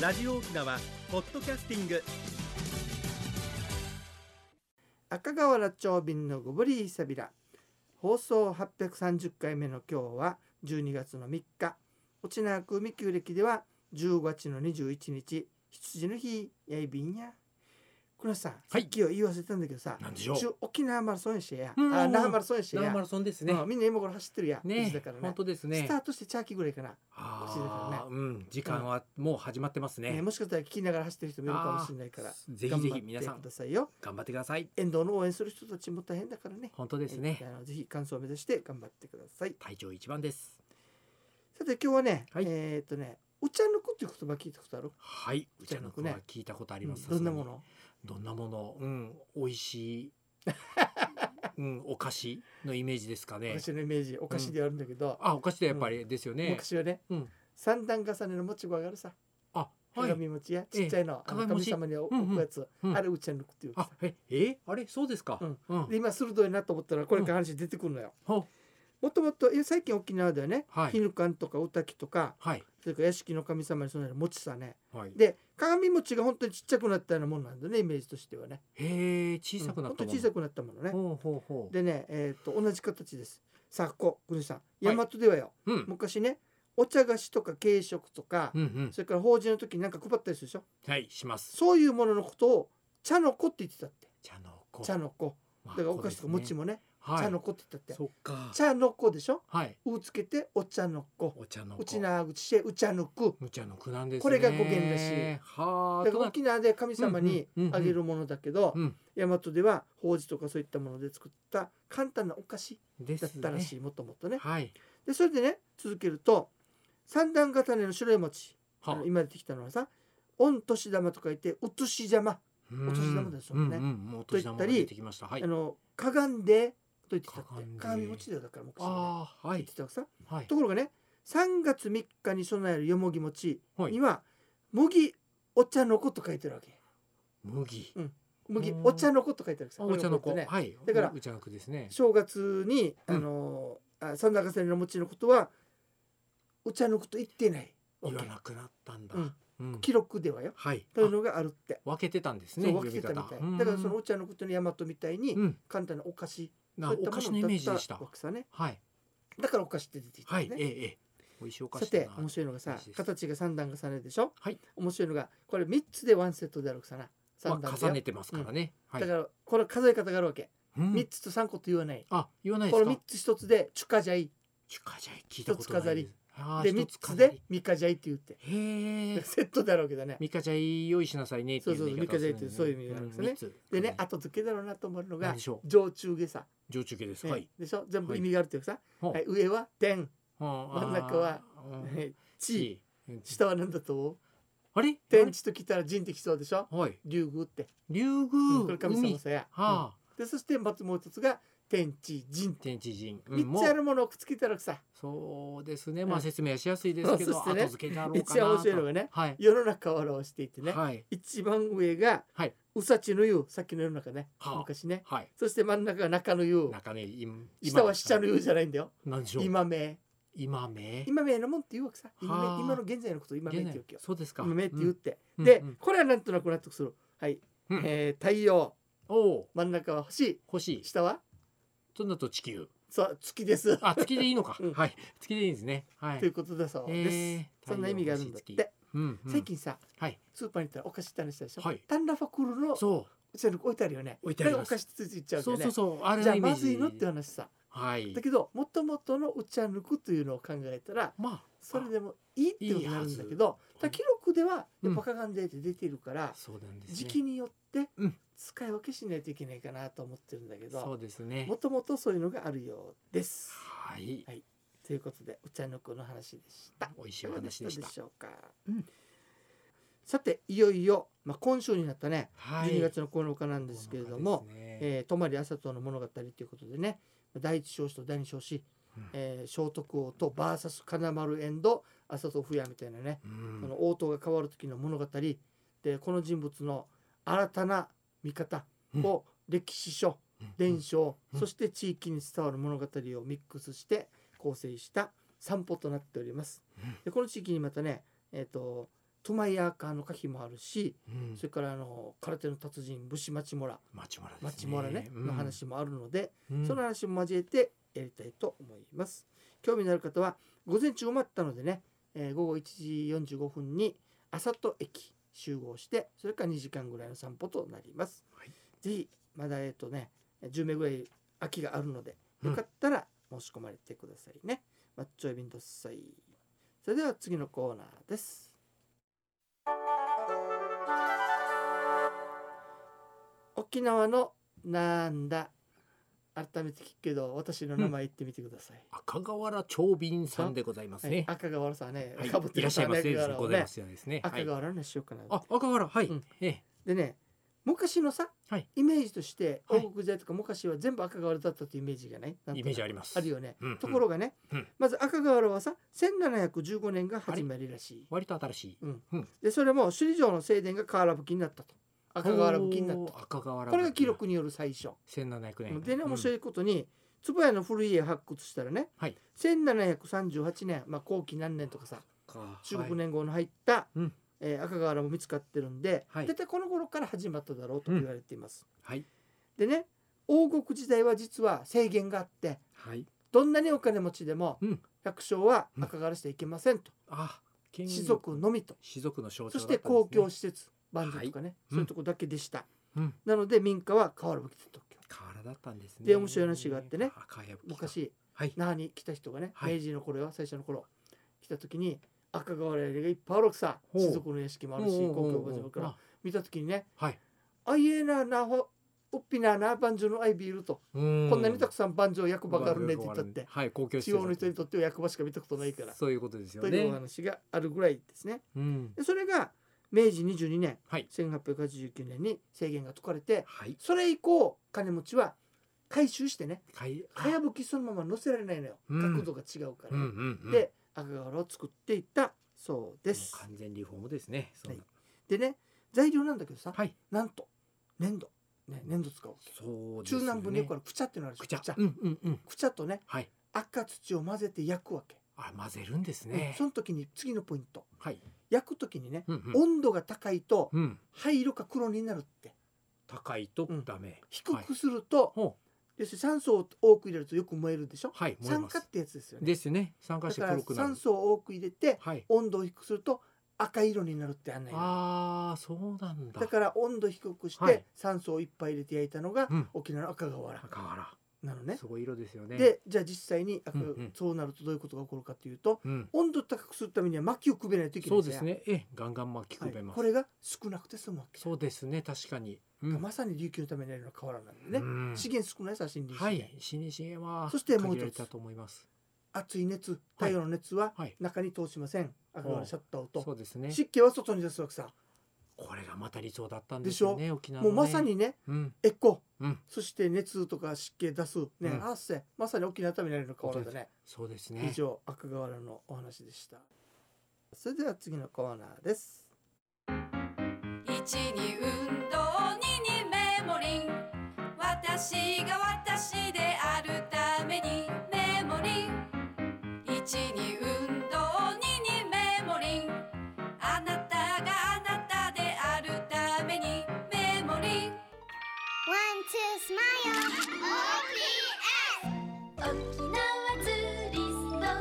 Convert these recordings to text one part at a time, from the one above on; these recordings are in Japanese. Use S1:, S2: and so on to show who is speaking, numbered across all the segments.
S1: ラジオ沖縄ポッドキャスティング
S2: 赤瓦町便のゴブリーサビラ放送830回目の今日は12月の3日沖縄空美旧暦では15月の21日羊の日やいびんやこのさん、
S3: はい
S2: さっきを言い忘れたんだけどさ
S3: なんでしょう
S2: 中沖縄マラソンやしや、
S3: うんうんうん
S2: あ那覇マラソンやしや
S3: ナーマラソンですね。
S2: うんみんな今頃走ってるや、う
S3: ね
S2: ちだからね
S3: 本当ですね
S2: スタ。ートしてチャーキーぐらいかな、
S3: ああ、うん、時間はもう始まってます
S2: ね
S3: ね。
S2: もしかしたら聞きながら走ってる人もいるかもしれないから
S3: ぜひぜひ
S2: 頑張っ
S3: 皆
S2: て
S3: さ
S2: く
S3: ん
S2: ださいよ
S3: 頑張ってください。
S2: 遠藤の応援する人たちも大変だからね
S3: 本当ですね
S2: え。ーあのぜひ感想を目指して頑張ってください
S3: 体調一番です。
S2: さて今日はね、
S3: はい
S2: えーっ、とねお茶の子っていう言葉聞いたことある
S3: はい、う
S2: じゃ
S3: ち
S2: あ
S3: の
S2: 僕
S3: 子
S2: ね
S3: は聞いたことあります。
S2: どんなもの
S3: どんなもの、うん、美味し い。うん、お菓子のイメージですかね。
S2: 私のイメージお菓子ではあるんだけど、
S3: あ、お菓子でやっぱりですよね。
S2: 昔はね、
S3: うん
S2: 三段重ねのもちご上がるさ
S3: あ、はい。
S2: 鏡餅や
S3: ええ
S2: ちっちゃいの,、あの
S3: 鏡
S2: 神
S3: 餅
S2: 様にお
S3: うんうん
S2: 置くやつ、
S3: うん
S2: あれお茶の子っていう
S3: あ、え、え、あれ、そうですか。
S2: うん
S3: うん
S2: で今鋭いなと思ったらこれから話出てくるのよ、
S3: ほ
S2: もともとえ最近沖縄ではね、
S3: はい
S2: ヒヌカンとかおたきとか
S3: はい。
S2: それから屋敷の神様に備える餅さね
S3: はい。
S2: で鏡餅が本当にちっちゃくなったようなもんなんだねイメージとしてはね
S3: へえ、小さくなった
S2: うん本当
S3: もの。
S2: に小さくなったものね
S3: ほうほうほう。
S2: でね、えー、と同じ形です。さあこう、国さん、大和ではよ、
S3: うん。うん
S2: 昔ね、お茶菓子とか軽食とか、
S3: うん。
S2: それから法事の時になんか配ったりするでしょ。
S3: はい、します。
S2: そういうもののことを茶の子って言ってたって。
S3: 茶の子。
S2: 茶の子。だ
S3: まあ
S2: からお菓子とか餅。もね、
S3: こうですねはい。
S2: 茶の子って言ったって。
S3: そっか。
S2: 茶の子でしょ。
S3: はい。
S2: うつけてお茶の子。
S3: お茶の子。
S2: うちなぐちしう茶の子。
S3: お茶の子なんですね。
S2: これが語源らしい
S3: はあ。
S2: だから
S3: とな
S2: 沖縄で神様に
S3: うんうんうんうん
S2: あげるものだけど
S3: う、ん。
S2: 大和では法事とかそういったもので作った簡単なお菓子
S3: で
S2: だっ
S3: す
S2: たらし
S3: ね。
S2: い、もともとね。
S3: はい。
S2: でそれでね続けると三段重ねの白い餅、
S3: は
S2: あの今出てきたのはさ「御年玉」と書いて「うつし玉
S3: お
S2: 年玉ですもんね
S3: うんうんうん。お年玉が出てきました。」はい
S2: あ。の「かがんで」と言ってたって
S3: かがんで
S2: 鏡餅だよだから昔はね
S3: ああ、は
S2: 言
S3: い
S2: って。たわけさ
S3: はい
S2: と。ころがね3月3日に備えるよもぎ餅
S3: は
S2: に
S3: い。
S2: は「麦お茶の子」と書いてるわけ
S3: 麦。
S2: 麦
S3: うん
S2: お茶の子と書いてあるわけさ
S3: あお茶の
S2: こ
S3: 子。
S2: れね
S3: はい。
S2: だから
S3: お茶の子ですね。
S2: 正月に
S3: うん
S2: あのあ三段重ねの餅のことはお茶の子と言ってないわ
S3: 言
S2: け
S3: わなくなったんだ
S2: うん。
S3: うん
S2: 記録ではよ
S3: はい。
S2: という
S3: あ
S2: のがあるって
S3: 分けてたんです
S2: そ
S3: ね。
S2: う分けてたみたいだからそのお茶のことの大和みたいに
S3: うん。
S2: 簡単なお菓子
S3: な
S2: そういっ
S3: お
S2: たも
S3: 菓子のイメージでし
S2: だったわ。けさね
S3: はい。
S2: だからお菓子って出てきた
S3: は
S2: ん
S3: い。
S2: だ
S3: ええ
S2: ね、
S3: ええ。美味しいお菓
S2: さ
S3: 子だ
S2: て
S3: な。
S2: 面白いのが
S3: イメ
S2: さ
S3: ージです
S2: 形が三段重ねでしょ
S3: はい。
S2: 面白いのがこれ3つでワンセットであるわけさな
S3: ま
S2: 三段
S3: あ
S2: でよ、
S3: 重ねてますからね。はい
S2: だ。からこの数え方があるわけ、
S3: うん
S2: 三3つと3個と言わない
S3: あ、言わないで
S2: こ
S3: す
S2: の
S3: か
S2: 3。つ1つでチュカジャイ
S3: ちゅかじゃい聞いたことないす。あー
S2: で
S3: 一
S2: 3
S3: つ
S2: つ
S3: 飾り
S2: でミカジャイって言って
S3: へえ。
S2: セットであるわけだね
S3: ミカちゃい用意しなさいねっていう
S2: そうそう
S3: 言い方をするん
S2: ミカジャイってそういう意味なんですね
S3: うん三つ
S2: でね後付けだろうなと思うの
S3: 何
S2: が
S3: でしょう。
S2: 上中下さ、
S3: 上中下です。はい
S2: ね。でしょ全部意味があるというかさ、
S3: ほう
S2: はい上は天真
S3: 真
S2: ん中は。
S3: うん
S2: え地。
S3: うん
S2: 下は何だと思う
S3: あれ？
S2: 天地と来たら人って来そうでしょ
S3: はい。
S2: 竜宮って、
S3: 竜
S2: うんこれ
S3: 宮
S2: 神
S3: 海
S2: 様。さや、
S3: はあ。
S2: うんでそしてまずもう一つが天地人
S3: 天地人。うん
S2: 三
S3: もう
S2: つあるものをくっつけたらさ
S3: そうですね。ま
S2: う
S3: あ
S2: ん
S3: 説明はしやすいですけ
S2: そ
S3: ど、
S2: してね
S3: 後付けだろうか
S2: 一
S3: な
S2: 番
S3: と。
S2: 面白いのがね
S3: はい。
S2: 世の中を表していてね、
S3: はい。
S2: 一番上が、
S3: はいう
S2: さちの湯さっきの世の中ね、
S3: はあ
S2: 昔ね
S3: はい。
S2: そして真ん中が中の湯
S3: 中ね、今
S2: 下は下の湯じゃないんだよ
S3: なんでしょう。
S2: 今名
S3: 今め。
S2: 今名のもんって言うわけさ今
S3: はあ
S2: 名今の現在のことを今名っ
S3: 現
S2: て言うわ
S3: 在
S2: けよ
S3: そうですか。
S2: 今名って言って、
S3: うん
S2: で、
S3: うんうん
S2: これはなんとなく納得するはい、
S3: うん
S2: えー太陽
S3: おお
S2: 真ん中は星
S3: 欲しい。
S2: 下は
S3: そんなと地球。
S2: そう月です。
S3: あ月でいいのか
S2: うん
S3: はい月でいいんですね。はい。
S2: ということだそうです。
S3: えー
S2: そんな意味があるんだっ。
S3: 太陽
S2: て。
S3: 星月うんうん
S2: 最近さ、
S3: はい
S2: スーパーに行ったらお菓子って話したでしょ。
S3: はい
S2: タンラファクルのう
S3: そ
S2: ちの子置いてあるよね。
S3: 置いてあり
S2: だから
S3: ま
S2: お
S3: す
S2: 菓子ついていっちゃ
S3: う
S2: う
S3: そ
S2: よ
S3: う
S2: ね。
S3: そうそうあれ
S2: じゃ
S3: の
S2: あ
S3: イメー
S2: ま
S3: ジ。
S2: ずいのって話さ。
S3: はい
S2: だ。けどもともとのお茶抜くというのを考えたら
S3: まあ
S2: それでもいいってことになるんだけど、
S3: ず
S2: ただ記録では
S3: うん
S2: バカガンデーって出てるから、
S3: そうなんですね。
S2: 時期によって
S3: うん
S2: 使い分けしないといけないかなと思ってるんだけ
S3: そ
S2: ど、
S3: うですね
S2: も。ともとそういうのがあるようです。
S3: はい。
S2: ということでお茶の子の話でした。
S3: 美味し
S2: い
S3: いお
S2: かがで
S3: 話
S2: した
S3: で
S2: で
S3: した。
S2: しょうか。
S3: うん
S2: さていよいよ、まあ、今週になったね、
S3: はい。
S2: 12月の9日なんですけれども「
S3: この中ですね。
S2: えー泊まり朝との物語」ということでね第一少子と第二少子、
S3: うん
S2: えー聖徳王と VS 金丸エンド朝と不夜みたいなね、
S3: う
S2: こ
S3: ん。
S2: の王党が変わる時の物語でこの人物の新たな見方を歴史書、伝承、
S3: うん
S2: そして地域に伝わる物語をミックスして構成した散歩となっております。
S3: うん
S2: でこの地域にまたね、えー、とトゥマイヤーカーの歌碑もあるし、
S3: うん
S2: それからあの空手の達人武士町村
S3: 町村ですね。
S2: 町村ね、
S3: うん
S2: の話もあるので、
S3: うん
S2: その話も交えてやりたいと思います。興味のある方は午前中埋まったのでね、えー午後1時45分に朝と駅集合してそれから2時間ぐらいの散歩となります。
S3: はい
S2: ぜひまだえっ、とね10名ぐらい空きがあるので
S3: うん
S2: よかったら申し込まれてくださいね。マッチョエビンドッサイ。それでは次のコーナーです。沖縄のなんだ改めて聞くけど私の名前言ってみてください、
S3: 赤瓦長瓶さんでございます
S2: はい
S3: ね。
S2: 赤瓦さんね、
S3: はい、
S2: かぶって
S3: いらっしゃいますね。
S2: 赤
S3: ご
S2: 瓦をね
S3: ざいますですね。は
S2: 赤
S3: い。
S2: 瓦にしようかな、
S3: あ、赤瓦、はい。
S2: うん
S3: ええ、
S2: でね昔のさ、
S3: はい
S2: イメージとして
S3: はい
S2: 王国時代とか昔は全部赤瓦だったというイメージがないなんとなく
S3: イメージあります
S2: あるよね、
S3: うんうん
S2: ところがね、
S3: うん
S2: まず赤瓦はさ1715年が始まりらしい
S3: 割と新しい。
S2: でそれも首里城の正殿が瓦葺きになったと赤瓦葺きになった
S3: おー赤瓦。
S2: これが記。録による最初、
S3: 千七百年。
S2: でね面白
S3: い。
S2: いことに、壺屋の古い家発掘したらね、
S3: はい
S2: 1738年、まあ、後期何年とかさ中国
S3: ね。
S2: 年号の入った、
S3: うん
S2: えー赤瓦も見つかってるんで、
S3: はい
S2: 大体この頃から始まっただろうと言われています。
S3: はい。
S2: でね王国時代は実は制限があって
S3: はい。
S2: どんなにお金持ちでも
S3: うん
S2: 百姓は赤瓦してはいけませんと、
S3: あ、県
S2: 士族のみと、
S3: 士族の象徴
S2: そ
S3: だ
S2: し
S3: ったんで
S2: て
S3: すね。
S2: 公共施設万座とかね、
S3: う
S2: そ
S3: ん
S2: ういうとこだけでした。
S3: うん。
S2: なので民家は瓦葺きだったわけよ
S3: 瓦だったんですね。
S2: で面白い話があってね
S3: 赤やぶきか。
S2: 昔
S3: はい。
S2: 那覇に来た人がね、
S3: はい
S2: 明治の頃よ最初の頃来た時に赤瓦屋根がいっぱいあるわけさ
S3: ほう
S2: 士族の屋敷もあるし
S3: おー
S2: 公
S3: おー
S2: 共
S3: お
S2: 場
S3: ー
S2: 所もあるから
S3: あ
S2: 見た時にね
S3: はい。
S2: 「あいえななほおっぴなな万丈のアイビールと、
S3: こ
S2: こ
S3: ん
S2: んなにたくさん万丈役場があるね」って言ったって
S3: はい、公共
S2: 地
S3: 施設
S2: 方の人にとっては役場しか見たことないから
S3: そういうことですよ
S2: というお
S3: ね。
S2: 話があるぐらいですね。
S3: うん。
S2: でそれが明治22年、
S3: はい
S2: 1889年に制限が解かれて
S3: はい。
S2: それ以降金持ちは回収してね
S3: かい。
S2: かやぶきそのまま乗せられないのよ、
S3: うん
S2: 角度が違うから
S3: う
S2: ね、
S3: んうんうん。
S2: で赤瓦を作っていったそうで
S3: も
S2: す
S3: う完全リフォームですね。そんな
S2: でね材料なんだけどさ、
S3: はい。
S2: なんと粘土、ね、粘土使おう
S3: そうです
S2: 中
S3: ね。
S2: 南部によくあるくちゃってのあるでしょ
S3: くちゃ
S2: くちゃ,、
S3: うんうんうん。
S2: くちゃとね
S3: はい。
S2: 赤土を混ぜて焼くわけ、
S3: あ、混ぜるんで
S2: う
S3: す
S2: ん
S3: ね。
S2: その時に次のポイント
S3: はい。
S2: 焼く時にね、
S3: うんうん。
S2: 温度が高いと
S3: うん。
S2: 灰色か黒になるって
S3: 高いと
S2: うん
S3: ダメ。
S2: 低
S3: はい
S2: くすると、
S3: ほう。
S2: 要するに酸素を多く入れるとよく燃えるでしょ、
S3: はい。燃え
S2: 酸
S3: ま
S2: 化
S3: す
S2: っ。てやつですよね
S3: ですね。酸化
S2: だ
S3: して
S2: から
S3: 黒くな
S2: 酸
S3: る。
S2: 素を多く入れて
S3: はい。
S2: 温度を低くすると赤色になるって案内
S3: ああ、そうなんだ。
S2: だから温度低くし
S3: は
S2: て
S3: い
S2: 酸素をいっぱい入れて焼いたのが
S3: うん
S2: 沖縄の赤瓦
S3: 赤瓦。
S2: なのね
S3: す。ごい色ですよね。、
S2: でじゃあ実際に赤
S3: うんうん
S2: そうなるとどういうことが起こるかというと
S3: うん。
S2: 温度高くするためには薪をくべないといけない
S3: そ
S2: ん
S3: うです
S2: よ
S3: ね。ええ、ガンガン巻き
S2: は
S3: 込
S2: い
S3: めます
S2: こ。れが少なくて済むわけ
S3: そうですね。確かに。うん
S2: まさに琉球のためになるのは瓦なんで
S3: う
S2: ね
S3: ん
S2: 資源少ないさ森林資
S3: は
S2: 源
S3: い、死に資源は
S2: そしてもう一つ
S3: 限られたと思います。
S2: 熱い熱太陽の熱は
S3: はい、
S2: 中に通しません赤瓦シャッターを
S3: そ
S2: と
S3: うですね。
S2: 湿気は外に出すわけさ
S3: これがまた理想だったんですよね、沖縄
S2: も
S3: の
S2: う
S3: ね
S2: まさ、にね
S3: うん、
S2: エコ
S3: うん、
S2: そして熱とか湿気出すね
S3: うん
S2: 汗まさに沖縄のためになるのは瓦だね
S3: そうです
S2: 以
S3: ね。
S2: 上赤瓦のお話でしたそれでは次のコーナーです
S4: 一に運動二にメモリン私が私であるためにメモリン一に運動二にメモリンあなたがあなたであるためにメモリン
S5: One, two, smile. OPS. 沖縄ツーリスト。
S2: は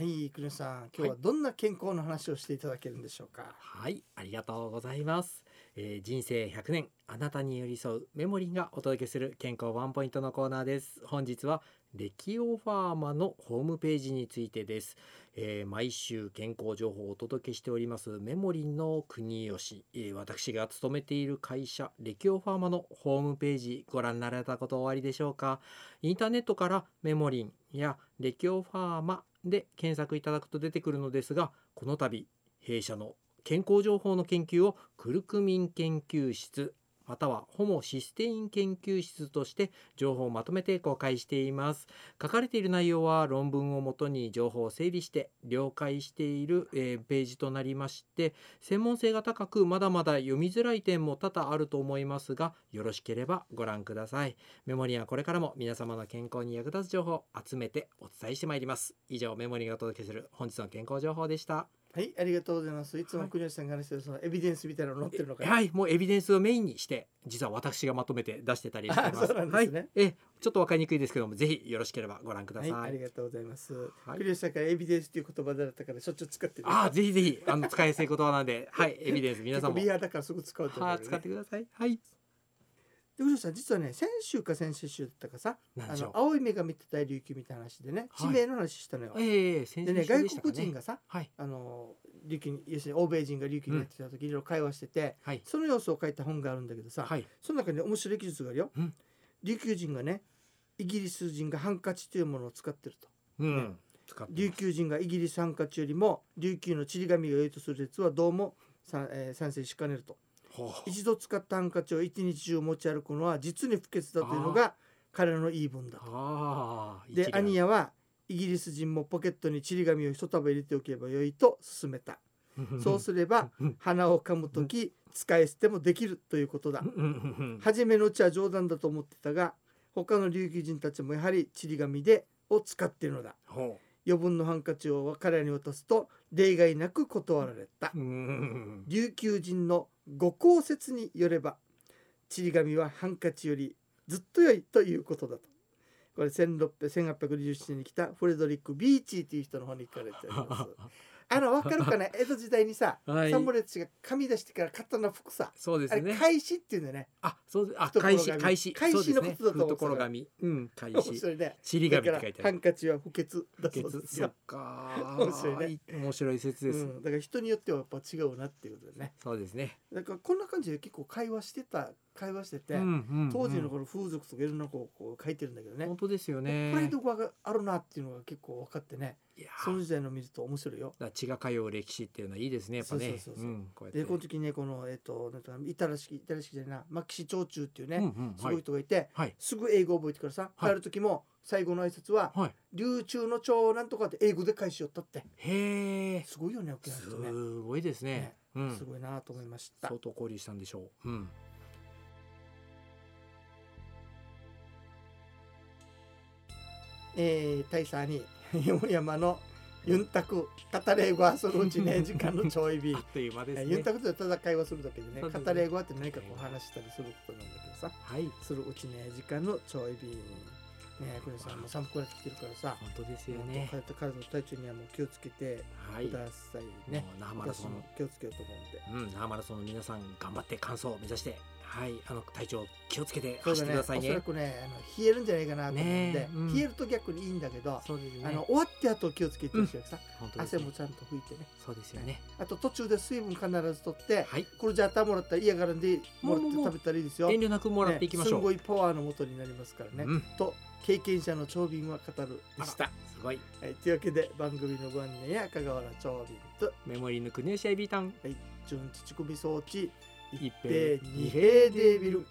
S2: い、栗野さん、今日はどんな健康の話をしていただけるんでしょうか。
S3: はい、ありがとうございます。えー人生100年、あなたに寄り添うメモリーがお届けする健康ワンポイントのコーナーです。本日はレキオファーマのホームページについてです。えー毎週健康情報をお届けしておりますメモリーの国吉、えー私が勤めている会社レキオファーマのホームページご覧になられたことおありでしょうかインターネットからメモリンやレキオファーマで検索いただくと出てくるのですがこの度弊社の健康情報の研究をクルクミン研究室またはホモシステイン研究室として情報をまとめて公開しています書かれている内容は論文をもとに情報を整理して了解している、えーページとなりまして専門性が高くまだまだ読みづらい点も多々あると思いますがよろしければご覧くださいメモリーはこれからも皆様の健康に役立つ情報を集めてお伝えしてまいります以上メモリーがお届けする本日の健康情報でした
S2: はい、ありがとうございます。いつも国吉さんが話してるそのエビデンスみたいなの載ってるのかな。
S3: はい、もうエビデンスをメインにして、実は私がまとめて出してたりしてま
S2: あ
S3: す。
S2: そうなんですね
S3: はい、え、ちょっとわかりにくいですけども、ぜひよろしければご覧くだ
S2: は
S3: さ
S2: い、
S3: い。
S2: ありがとうございます。
S3: はい
S2: 国吉さんからエビデンスという言葉だったからしょっちゅう使ってる。
S3: ああ、ぜひぜひ、あの使いやすい言葉なんで、はい、エビデンス皆
S2: 皆
S3: さ
S2: さ
S3: ん
S2: ん
S3: も。
S2: ビアだからすぐ使うと思う
S3: は
S2: よ
S3: い、
S2: ね。
S3: 使ってください。はい。
S2: で古田さん実はね先週か先々週だったかさ
S3: なん
S2: あ
S3: でしょ
S2: の
S3: う
S2: 青い目が見てた琉球みたいな話でね
S3: は
S2: 地
S3: い
S2: 名の話したのよ。
S3: ええ先
S2: で
S3: 生
S2: ね
S3: でしたか
S2: 外
S3: ね。
S2: 国人がさ
S3: はい。
S2: あの琉球に要するに欧米人が琉球にやってた時いろいろ会話してて
S3: はい。
S2: その様子を書いた本があるんだけどさ
S3: はい。
S2: その中に面白い記述があるよ
S3: うん。
S2: 琉球人がねイギリス人がハンカチというものを使ってると
S3: うん。使ってます
S2: 琉球人がイギリスハンカチよりも琉球のちり紙が良いとする説はどうも賛,、えー賛成しかねると
S3: ほう
S2: 一度使ったハンカチを一日中持ち歩くのは実に不潔だというのが彼の言い分だと
S3: ああ。
S2: でアニ
S3: や。
S2: ヤはイギリス人もポケットにちり紙を一束入れておけばよいと勧めたそうすれば
S3: うん
S2: 鼻を噛む時使い捨てもできるということだ
S3: うんうんうん
S2: 初めのうちは冗談だと思ってたが他の琉球人たちもやはりちり紙でを使っているのだ
S3: ほ
S2: 余分のハンカチを彼らに渡すと例外なく断られた
S3: う。うん。
S2: 琉球人の五公説によればちり紙はハンカチよりずっと良いということだとこれ1600 1827年に来たフレドリック・ビーチーという人の方に書かれてあります あの分かるかな江戸時代にさ、
S3: はい
S2: サムレッチが紙出してから買ったの服さ
S3: そうで
S2: あ
S3: す
S2: れ
S3: ね。
S2: 返しっていうんだよね
S3: あ、そうです。あ、
S2: 懐
S3: 開
S2: 紙
S3: 始、開始。
S2: 懐紙の
S3: そうで
S2: こ
S3: す
S2: とだと思ってた
S3: ね。懐紙。うん、開
S2: 面
S3: 始。
S2: 白いね
S3: ちり
S2: だか
S3: 紙っ
S2: ら
S3: て書いてあ
S2: ハ
S3: る。
S2: ンカチは不潔だそう
S3: 月
S2: です
S3: そ
S2: よ
S3: っ、かー。
S2: 面白いね
S3: 面白い説
S2: う
S3: です。
S2: ん、だから人によってはやっぱ違うなっていうことだよね
S3: そうですね。
S2: だからこんな感じで結構会話してた会話してて、
S3: うんうんうん
S2: 当時のこの風俗とかいろんなこうこう書いてるんだけどね
S3: 本当ですよね。
S2: プライドがあるなっていうのが結構分かってね
S3: いやー
S2: その時代の見ると面白いよ。
S3: だから血が通う歴史っていうのはいいですねやっぱね。
S2: そうそうそうそうん
S3: こうやって
S2: でこの時ねこのえっ、となんとかイタラ式イタラ式じゃないなマキシ長中っていうね、
S3: うんうん
S2: す
S3: は
S2: ごい
S3: い
S2: 人がいて、
S3: はい
S2: すぐ英語覚えてからさ、
S3: はい
S2: 帰る時も最後の挨拶は
S3: はい。
S2: 「流中の長なんとか」って英語で返しよったって
S3: へえ。
S2: すごいよね沖縄の人ね
S3: すごいですね
S2: ね。
S3: うん
S2: す。ごいなと思いました
S3: 相。当交流したんでしょう。うん。
S2: えー、大佐に 山々のユンタク語れ英語はそのうちね 時間のちょい日
S3: あっという間で
S2: え
S3: す
S2: ーユン
S3: ね
S2: タ。クとただ会話するだけでね
S3: そうですね
S2: 語れ英語はって何かこう話したりすることなんだけどさ
S3: はい。
S2: するうちね時間のちょい日ねこれさんも寒くなってきてるからさ
S3: 本当ですよ
S2: 本
S3: ね
S2: 当。体体の体調にはもう気をつけて
S3: はい。
S2: く
S3: も
S2: ださいね、
S3: う那覇マラ
S2: 私
S3: ソ
S2: も
S3: ン。
S2: 気をつけようと思うんで
S3: うん、那覇マラソンの皆さん頑張って完走を目指して、はい、あの体調気をつけて
S2: そうだ
S3: 走って
S2: ね
S3: ください
S2: おそら
S3: ね。
S2: くねあの冷えるんじゃないかなと思うんで、
S3: ねえうん
S2: 冷えると逆にいいんだけど、
S3: そうですね。
S2: あの終わって後気をつけてほしいからさ、
S3: 本当で
S2: 汗
S3: すね
S2: もちゃんと拭いてね
S3: そうですよね。
S2: あと途中で水分必ずとって、
S3: はい。
S2: これじゃあ頭もらったら嫌がるんでもらっ
S3: もう
S2: て
S3: もうも
S2: 食
S3: う
S2: べたらいいですよ
S3: 遠慮なくもらっていきましょ
S2: ね、
S3: う。
S2: すごいパワーのもとになりますからね、
S3: うん
S2: と経験者の長瓶は語るでした、
S3: すごい。
S2: はい、というわけで番組のご案内や香川原長瓶と
S3: メモリーの国吉エビタン。
S2: 純土首装置
S3: 一
S2: で
S3: 平
S2: 二平デービル